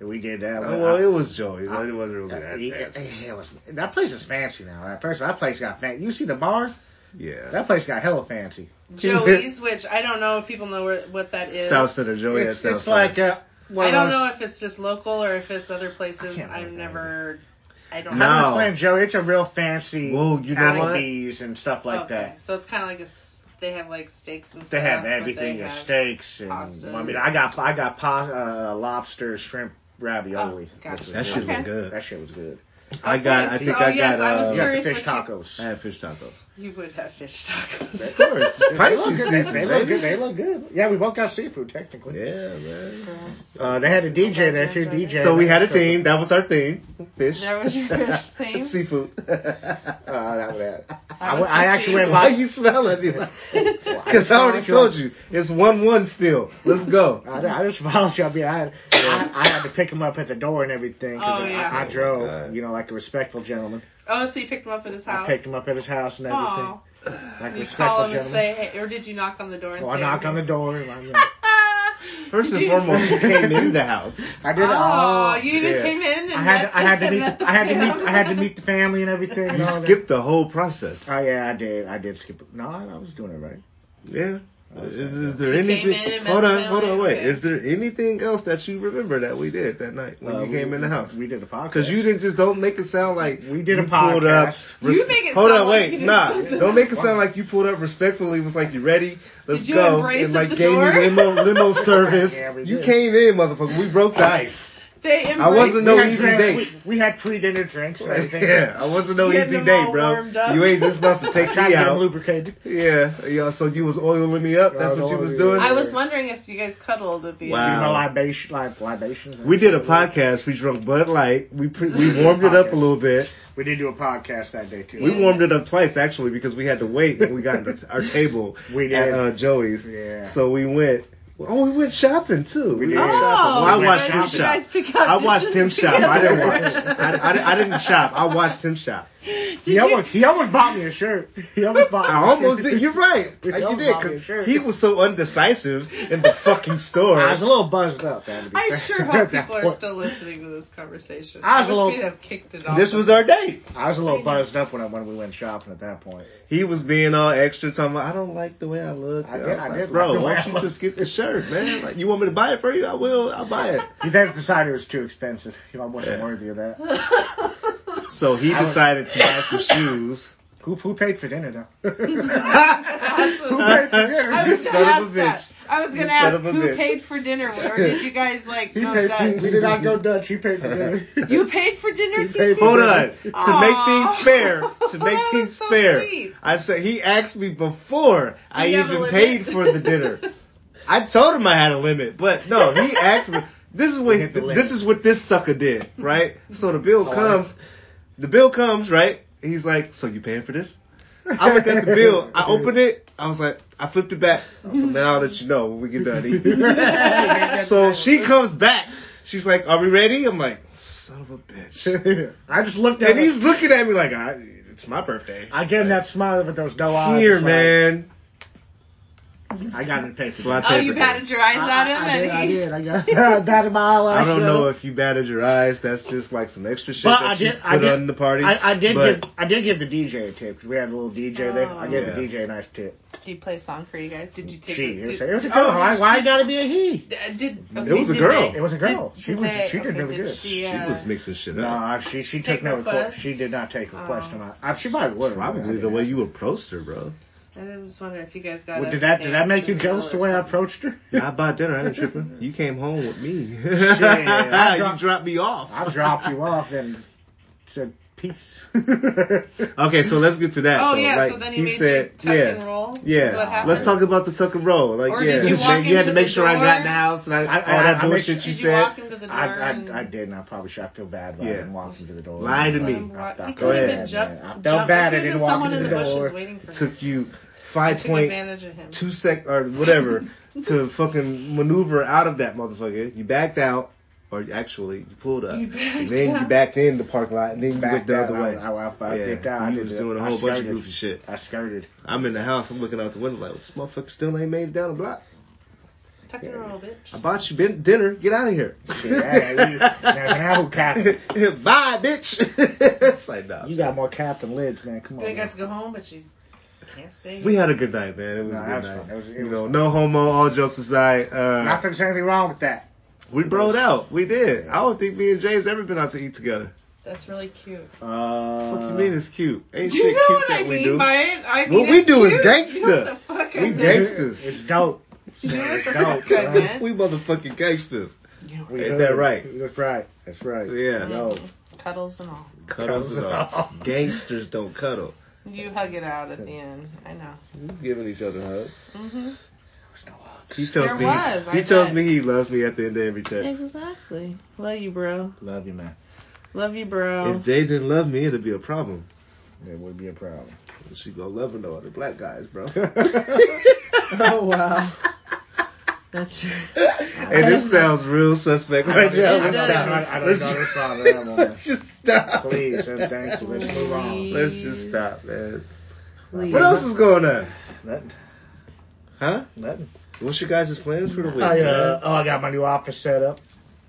And we did that.
Oh, well, it was Joey. but it wasn't
Uh,
really that
yeah,
fancy.
it was- that place is fancy now. That first, that place got fancy. You see the bar?
Yeah.
That place got hella fancy.
Joey's, which I don't know if people know where, what that is.
South Center, Joey at
it's
South
it's
Center.
like uh, one
I
of
don't
those-
know if it's just local or if it's other places.
I can't
I've
remember
never. I don't
No.
I'm
know.
not playing Joey. It's a real fancy
Whoa, you know what?
Applebee's and stuff like
Okay,
that.
So it's kind of like a. s- They have like steaks and
They
stuff.
have
but
everything:
they
the
have-
steaks and
pastas.
I mean, I got I got pa- uh, lobster, shrimp, ravioli.
Oh, gotcha.
which was
That shit
really
looked good.
That shit was good.
I got. I
Okay,
think
so,
I got.
yes, I was
uh,
You got the
Curious
fish
what you-
tacos.
I had fish tacos.
You would have fish tacos.
Of
*laughs*
course,
They look
Pisces
good.
season.
They look
baby.
good. They look good. Yeah, we both got seafood technically.
Yeah, man.
Gross.
Uh, they had a DJ there too. DJ.
So we had a theme. That was our theme. Fish. *laughs*
That was your fish theme?
Seafood.
Uh, that was that.
That
I,
was
went- I
the
actually
theme.
*laughs*
went
Why
by.
you smelling me? *laughs*
Well,
Because I already
just-
told you it's one one still. Let's go.
I, I just followed you. I mean, I, had- I, I had to pick him up at the door and everything. 'cause
Oh,
I-
yeah.
I, drove,
God.
you know, like a respectful gentleman.
Oh, so you picked him up at his house.
I picked him up at his house and everything,
Aw.
like a
You
respectful
call him and
gentleman.
say, hey, or did you knock on the door and
So
say?
I knocked on the door. And I, you know,
*laughs*
*laughs*
First and
You-
foremost, you came in the
*laughs*
house.
I did.
Oh,
it all.
you even
yeah.
came in and
I had to, I had to
*laughs*
meet. The, I had to meet. I had to
meet.
meet the family and everything. And
You
all that.
skipped the whole process.
Oh yeah, I did. I did skip. it. No, I, I was doing it right.
Yeah.
I
Is,
was
is there
You came
anything?
in and met
hold
the
on, hold on,
family,
wait.
okay.
Is there anything else that you remember that we did that night when
Uh,
you
we-
came in the house?
We did a podcast.
Because you didn't just don't make it sound like
We did a
you pulled up-
podcast.
You make it
hold
sound
on,
like
wait,
you did
nah,
*laughs* something.
don't make it sound like you pulled up respectfully. Was like you ready? Let's
Did you
go
embrace
and
at
like
the
gave you
door?
limo
*laughs*
limo service.
Yeah, we
you
did.
came in, motherfucker. We broke the ice.
They embraced
wasn't no
We had
easy
drinks.
date.
We, we had pre-dinner drinks.
*laughs*
And everything.
yeah, I wasn't no
Getting
easy
them
day,
all
bro.
warmed up.
You ain't just supposed to
*laughs*
take
Trying
me
to get them
out.
lubricated.
Yeah, yeah. So you was oiling me up.
Yeah,
That's
I
what you
was
was
oiling
doing.
you up.
I was wondering if you guys cuddled at the
Wow.
Do
end.
my libation, lib- libations.
Um, we did a podcast. We drunk Bud Light. We pre- we
*laughs*
warmed it up a little bit.
We did do a podcast that day too.
We
Yeah.
warmed it up twice actually because we had to wait and we
*laughs*
got our table
We
at
did.
uh, Joey's.
Yeah.
So we went. Oh, we went shopping too. We
We did.
went
Oh,
shopping. Well, I
we
watched
went
him
shopping.
You guys
shop.
pick up
I watched him
dishes
shop. I didn't
together.
watch. I, I, I didn't shop. I watched him shop.
*laughs* he almost he almost bought me a shirt. He almost bought.
I
me a
almost
shirt.
did. You're right.
We
You
almost
did
bought me a
because
shirt.
he was so undecisive in the fucking store.
I was a little buzzed up. man, to be
I
fair. *laughs*
sure hope
At that
people are
point.
still listening to this conversation.
I was a
wish
little-
we'd have kicked it off.
This
*laughs*
was our date.
I was a little buzzed up when I, when we went shopping at that point.
He was being all extra, talking about, I don't like the way I look.
I did-
was
I
like,
did like
bro,
the way
why
I
don't you
look."
just get the shirt, man? Like, you want me to buy it for you? I will. I'll buy *laughs* it.
He then decided it was too expensive. You know, I wasn't
Yeah.
worthy of that.
So he
I was-
decided to buy *laughs* some shoes.
Who who paid for dinner though? *laughs* who
I *laughs*
paid for dinner? *laughs*
was
son
gonna
of a
ask
bitch.
that. I was
You
gonna
son
ask
of a
who
bitch.
paid for dinner, or did you guys like?
*laughs* He
no,
paid.
that-
we
*laughs*
did
*laughs*
not go Dutch. He paid for dinner.
You paid for dinner.
He
too?
paid for
Hold on.
dinner.
To make things fair,
*laughs*
to make
That was
things
so
fair,
sweet.
I said he asked me before I
You have a
even
limit?
paid for the dinner. I told him I had a limit, but no,
*laughs*
he asked me. This is what
Hit the limit.
this is what this sucker did, right? So the bill
Oh,
comes, the bill comes, right? He's like, "So you paying for this?" I looked at the bill.
*laughs*
*laughs* I opened it. I was like, I flipped it back. I was like, man, I'll let you know when we get done
*laughs*
eating. so she comes back. She's like, "Are we ready?" I'm like, "Son of a bitch!" *laughs*
I just looked at
And
him.
he's looking at me like, I, "It's my birthday."
I gave him that smile with those doe eyes.
Here,
It's like,
man.
I got to pay for
Slap
that.
Oh, you
Paperboy.
batted your eyes
I,
at him,
I, I did,
and
I
he.
did. I got *laughs* that in my
*laughs* I
eyelash.
don't know
uh,
if you batted your eyes. That's just like some extra shit
But
that
I did-
you put
I did-
on the party.
I, I did
But
give I did give the DJ a tip because we had a little DJ there. I gave
Oh.
the DJ a nice tip.
Did you play a song for you guys? Did you take?
She it was,
did,
a- it was a girl.
oh,
why
did-
why it gotta be a he?
d- Did,
It
okay,
was a
did
girl.
They,
It was a girl.
Did,
she
did
was
they,
she did
okay,
really
did
good.
She, uh,
she was mixing shit up.
Nah, she she
Take
took no request.
requests?
She did not take requests
Oh.
on that. I, she probably would.
Probably the way you approached her, bro.
I was wondering if you guys got.
Well,
a
did that did that
dance
make you
in
jealous the
middle
way
or
I
something?
approached her?
Nah, I bought dinner. I ain't tripping. You came home with me. *laughs*
I
you
dropped-
dropped me off.
I dropped you off and said peace.
*laughs*
*laughs*
Okay, so let's get to that.
Oh
though.
yeah,
Like,
so then
he
he made
said,
you tuck
yeah,
and roll. Is what
yeah.
happened?
Let's talk about the tuck and roll. Like,
Or
yeah,
did you walk
you had
into
to make
the
sure I
door?
got in the house and I,
I-
all
I-
that
I make
bullshit
sure-
Did
you
you
said.
walk into the door?
I, I, I
and-
didn't. I probably should. I feel bad about
Yeah.
it and walked into the door.
Lie to me.
I, I,
You
Go
could have
ahead,
been jump,
I felt
jumped-
bad.
there
I
could've
didn't
been
walk
someone
into
in the
the door.
bushes waiting for him.
Took you
I
five
took
point
advantage of him.
two sec or
*laughs*
whatever to fucking maneuver out of that motherfucker. You backed out, or actually you pulled up.
You
and
backed
then you
out.
backed in the parking lot, and then you went
Backed
the
out.
other way.
I, I, I, I dipped out.
yeah,
I
you
did
was
the-
doing a
I
whole bunch of
skirted.
goofy shit.
I skirted.
I'm in the house. I'm looking out the window like this motherfucker still ain't made it down the block.
Tuck and roll, bitch.
I bought you bin- dinner. Get out of here.
Yeah, you- now, now who Captain?
*laughs* Bye, bitch. *laughs* it's like nah.
You got more Captain Lids, man. Come on.
They
man.
got to go home, but you can't stay.
We had a good night, man. It was
Nah,
a
that
good
was
night.
fun. That was- it
you
was
know,
fun.
no homo. All jokes aside,
Not
uh,
that there's anything wrong with that.
we broed out. We did. I don't think me and James ever been out to eat together.
That's really cute.
Uh,
Fuck you mean it's cute? Ain't
Do you
shit
know
cute
what
that
I
we
mean
do. *laughs*
by it? I mean,
What we
it's
do is
cute.
gangsta.
What the fuck?
We gangsters.
Uh, It's
*laughs*
dope.
Yes,
It's
that's *laughs*
dope.
good,
son.
man.
we motherfucking gangsters.
We
Ain't
hood.
that right?
That's right. That's right.
Yeah.
Yo.
Cuddles and all.
Cuddles and all. Gangsters don't cuddle.
You hug it out at the end. I know.
We giving each other hugs.
Mm-hmm.
He tells
There
me
was,
he
I
tells
bet.
me he loves me at the end of every text.
Exactly. Love you, bro.
Love you, man.
Love you, bro.
If Jay didn't love me, it'd be a problem.
It would be a problem.
She gonna love no other black guys,
*laughs*
bro.
Oh wow.
*laughs*
That's true.
and this sounds real suspect right now.
I
Let's
don't,
stop.
I don't
Let's
know
just-
this song at all, man.
Let's *laughs* just stop.
Please and thank you. Let's move on.
Let's just stop, man.
Please.
What else is going on?
Nothing.
Huh?
Nothing.
What's your guys' plans for the week?
I,
man?
uh, oh, I got my new office set up.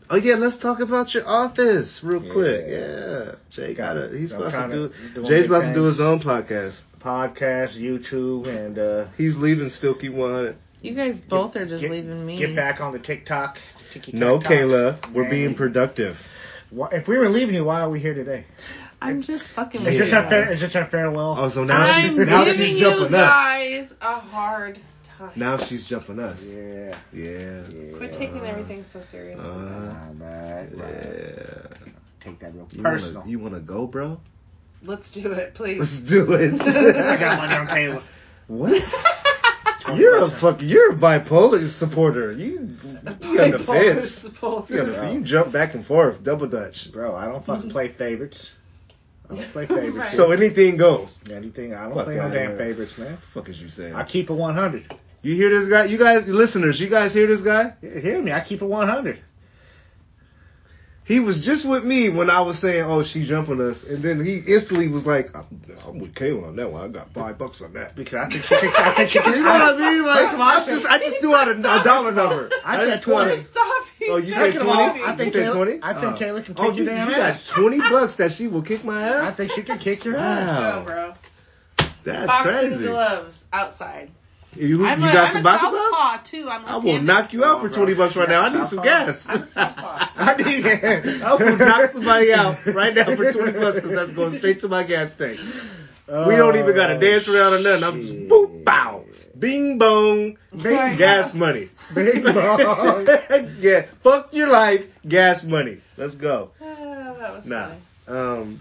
Oh yeah, let's talk about your office real
Yeah.
quick. Yeah, Jay got it. He's
I'm
about
trying
to
to-
do.
doing
Jay's
big
about to do
things.
his own podcast.
Podcast, YouTube, and uh,
He's leaving Still Keep 100.
You guys both are just
get-
leaving me.
get back on the TikTok. Tiki-tac-toc.
No, Kayla, we're
Man.
being productive.
Why- If we were leaving you, why are we here today?
I'm just fucking.
Is this
with
our
you
fair,
guys.
is this our farewell?
Oh, so now she,
I'm
now
giving
she's
you
jumping us.
guys a hard time.
Now she's jumping us.
yeah.
Yeah.
yeah.
Quit taking everything so seriously.
Uh,
All right, right.
Yeah.
Take that real
You
personal.
wanna, you wanna go, bro?
Let's do it,
Let's
please.
do
*laughs* I
it. *laughs*
got money on Taylor.
what? You're a fuck. You're a bipolar supporter. You, you on the fence. You, on the, you jump back and forth, double dutch.
Bro, I don't fucking play favorites. I don't
*laughs*
play favorites.
Right.
So anything goes.
anything, I don't
Fuck
play no
that.
damn favorites, man.
fuck is you saying?
I keep it 100.
You hear this guy? You guys, listeners, you guys hear this guy?
You Hear me? I keep it 100.
He was just with me when I was saying, "Oh, she jumping us," and then he instantly was like, "I'm, I'm with Kayla on that one. I got five bucks on that."
Because I think she thinks, I think she
You *laughs*
can.
know what I mean? Like,
First of all, I
I just, I just threw out a, a dollar number.
I
just
said
threw out a-
20.
Stop.
Oh, you said
Second of all,
twenty?
I think
you said
Kayla-
twenty.
I think Kayla can
Oh,
kick
you,
your damn
you got
ass.
twenty bucks that she will kick my
I
ass.
think she can kick your ass.
Wow.
No, bro.
That's
Boxing
crazy.
gloves outside.
You, you
I'm a,
got
I'm
some
a
boxing gloves?
southpaw too. I'm
I will
left-handed.
knock you out for twenty bucks right now. I need some gas.
I'm
*laughs*
a southpaw.
I need it.
I will knock somebody out right now for twenty bucks because that's going straight to my gas tank. We don't even
Oh,
Oh,
gotta dance around or nothing. I'm just
shit.
boop bow, bing bong,
Right.
gas money. *laughs*
Big dog.
yeah, fuck your life, gas money. Let's go.
Ah, *sighs* that was
Nah.
funny.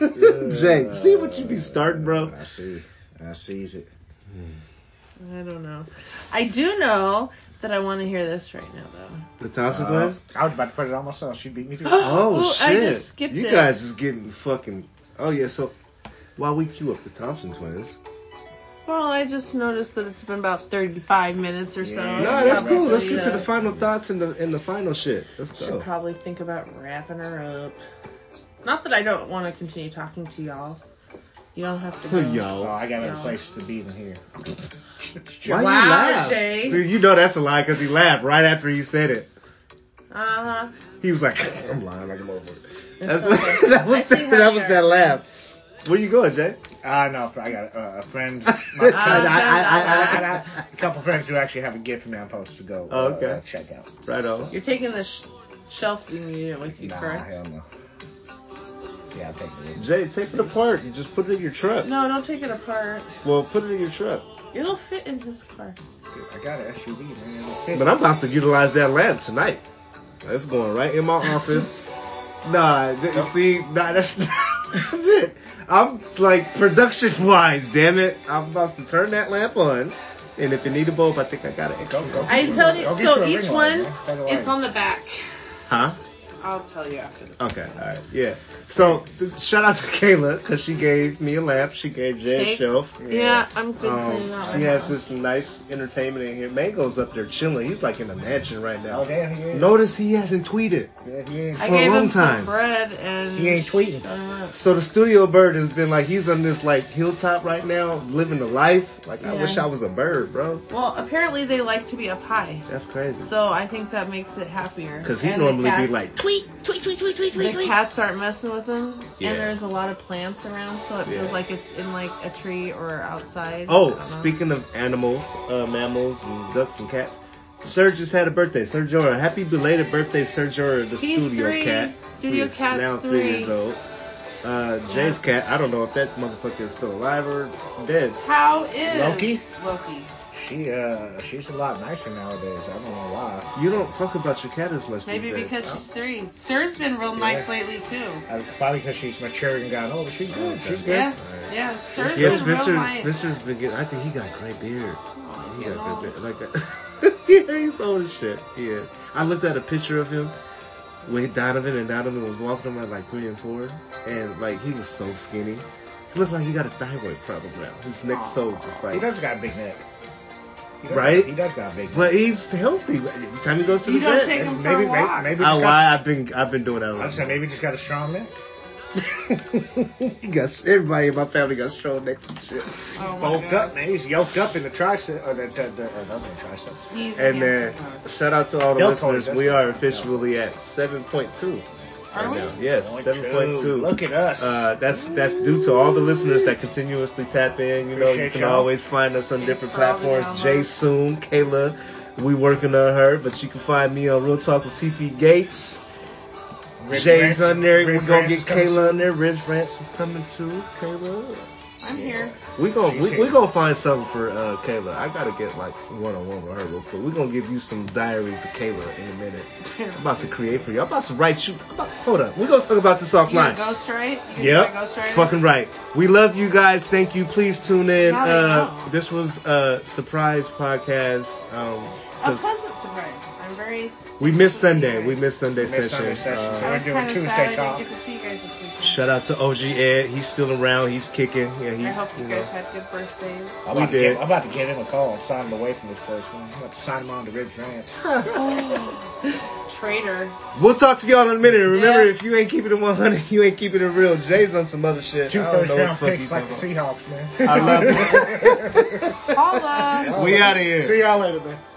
Um, *laughs* Jay, see what you be starting, bro.
I see. I sees it.
I don't know. I do know that I want to hear this right now though.
The Thompson
Uh,
twins.
I was about to put it on myself. She beat me
*gasps*
to it.
Oh
Ooh,
shit!
I just skipped
you
it.
guys is getting fucking. Oh yeah, so while we queue up the Thompson twins,
Well, I just noticed that it's been about 35 minutes or so.
Yeah.
no, that's
Probably,
cool. Let's get to
uh,
the final thoughts and the and the final shit. Let's
Should
go.
probably think about wrapping her up. Not that I don't want to
*laughs*
continue talking to y'all. Y'all have to go.
Yo,
Oh, I got
No.
*laughs*
other places to be in here.
Why you
Wow,
laugh?
Jay.
See, you know that's a lie because he laughed right after you said it.
Uh huh.
He was like, *laughs* "I'm lying like a motherfucker." That's *laughs*
okay.
that
I
was
see
that,
how you
was
are.
that laugh. Where you going, Jay?
Ah, no, I got uh,
*laughs*
a friend, my,
Uh,
I, I, I, I,
no,
I, a couple friends who actually have a gift from Outpost to go
Oh,
uh,
okay.
uh, check out.
Right on.
You're taking the sh- shelf and you with you,
Nah,
correct?
hell no. Yeah, I'm taking it.
Jay, take it apart. You just put it in your truck.
No, don't take it apart.
Well, put it in your truck.
It'll fit in his car.
I got an SUV, man.
But I'm about to utilize that lamp tonight. It's going right in my office. *laughs* Nah, th- you see, nah, that's *laughs* not it. I'm like production wise, damn it. I'm about to turn that lamp on. And if you need a bulb, I think I got it.
Go, go.
I
get
told
you-
you.
go get you
So
a
each
ring light,
one,
man. Tell you
it's
why.
on the back.
Huh?
I'll tell you after the.
Okay, alright, yeah. So th- shout out to Kayla because she gave me a lamp. She gave Jay a
Take-
shelf.
Yeah, I'm
Um,
cleaning out. my
she has
house.
this nice entertainment in here. Mango's up there chilling. He's like in a mansion right
Oh,
now.
damn, he is.
Notice he hasn't tweeted.
Yeah, he is.
I
for a
gave
long
him
time.
some bread and. uh,
He ain't tweeting.
Shut him up.
So the studio bird has been like he's on this like hilltop right now, living the life. Like I
Yeah.
wish I was a bird, bro.
Well, apparently they like to be up high,
That's crazy.
so I think that makes it happier.
Cause he
And the
normally be
cats-
like tweet, tweet, tweet, tweet, tweet, tweet,
The
tweet.
cats aren't messing with them,
Yeah.
and there's a lot of plants around, so it
Yeah.
feels like it's in like a tree or outside. I
Oh,
don't know.
speaking of animals, uh, mammals, and ducks and cats, Serge just had a birthday. Sergio, happy belated birthday, Sergio, the
He's
studio
three.
cat.
Studio
He is
cat's
now three.
three.
years old. Uh, Jay's cat. I don't know if that motherfucker is still alive or dead.
How is
Loki?
Loki.
She, uh, she's a lot nicer nowadays. I don't know why.
You don't talk about your cat as much.
Maybe
these days.
because she's three. Sir's been real nice
Yeah.
lately too.
I, probably because she's matured and gotten older. She's good.
Okay.
She's good.
Yeah,
Alright.
yeah. Sir's
Yeah,
been real
Spencer.
nice.
Spencer's been getting. I think he got a great beard.
Oh, he's
He
getting
got a
old.
good beard. Like that. *laughs* yeah, he's old as shit. Yeah. I looked at a picture of him with Donovan, and Donovan was walking him at like three and four, and like he was so skinny. He looked like he got a thyroid problem now. His neck's so just
He
like.
does got a big neck. He does-
Right?
He does got a big neck.
But he's healthy. Every time he goes to
You
the
don't
vet.
take
maybe,
him- for a
maybe,
walk.
maybe,
I,
just
why
got,
I've been I've been doing that. a
I
lot.
said maybe just got a strong neck.
*laughs* he got everybody in my family got strong necks and shit.
Oh my
Bulked
God.
up, man. He's yoked up in the tricep, or the, the, the uh, those are the triceps.
He's a
And uh, then
handsome dog.
shout out to all the
Del Toro,
listeners.
that's
We
what
are
I'm talking
officially at 7.2
Are
right
we?
now. Yes,
Point
7.2.
Look at us.
Uh, that's that's due to all the listeners that continuously tap in. You know, you
Appreciate
can
y'all.
always find us on
Thanks
different
for all the
platforms.
downloads.
Jay Soon, Kayla, we working on her, but you can find me on Real Talk with TP Gates.
Rich
Jay's
Rant-
on there.
Rich
We're gonna
Rant
get
is coming soon.
Kayla on there. Ridge Rants is coming too. Kayla, *laughs*
I'm here.
we gonna
She's
we, we
here.
gonna find something for uh, Kayla. I gotta get like one on one with her real quick. We're gonna give you some diaries of Kayla in a minute. I'm about to create for you. I'm about to write you. I'm about, hold up. We're gonna talk about this
You're a
offline.
ghostwriter. You're a
Yep.
ghostwriter.
Fucking right. We love you guys. Thank you. Please tune in.
Yeah, they
Uh,
know.
this was a surprise podcast. Um,
A
'cause
pleasant surprise. I'm very.
we missed Sunday. We
Nice.
missed Sunday
Missed Sunday
session.
session.
Uh,
I
We're
was
doing
kind of
Tuesday
sad I
talk.
didn't get to see you guys this weekend.
shout out to OG Ed. He's still around. He's kicking. Yeah, he.
I hope you
know.
guys had good birthdays.
I'm
We
about, to
did.
give, I'm about to give him a call and sign him away from this place. Man. I'm about to sign him on to Ridge Ranch.
Traitor.
We'll talk to y'all in a minute. Remember,
Yeah.
if you ain't keeping it 100, you ain't keeping it real. Jay's on some other shit.
Two
I don't
first
know what
round
the fuck
picks
he's
like the
talking
Seahawks, man.
about. I love it.
Holla.
we out of here.
See y'all later, man.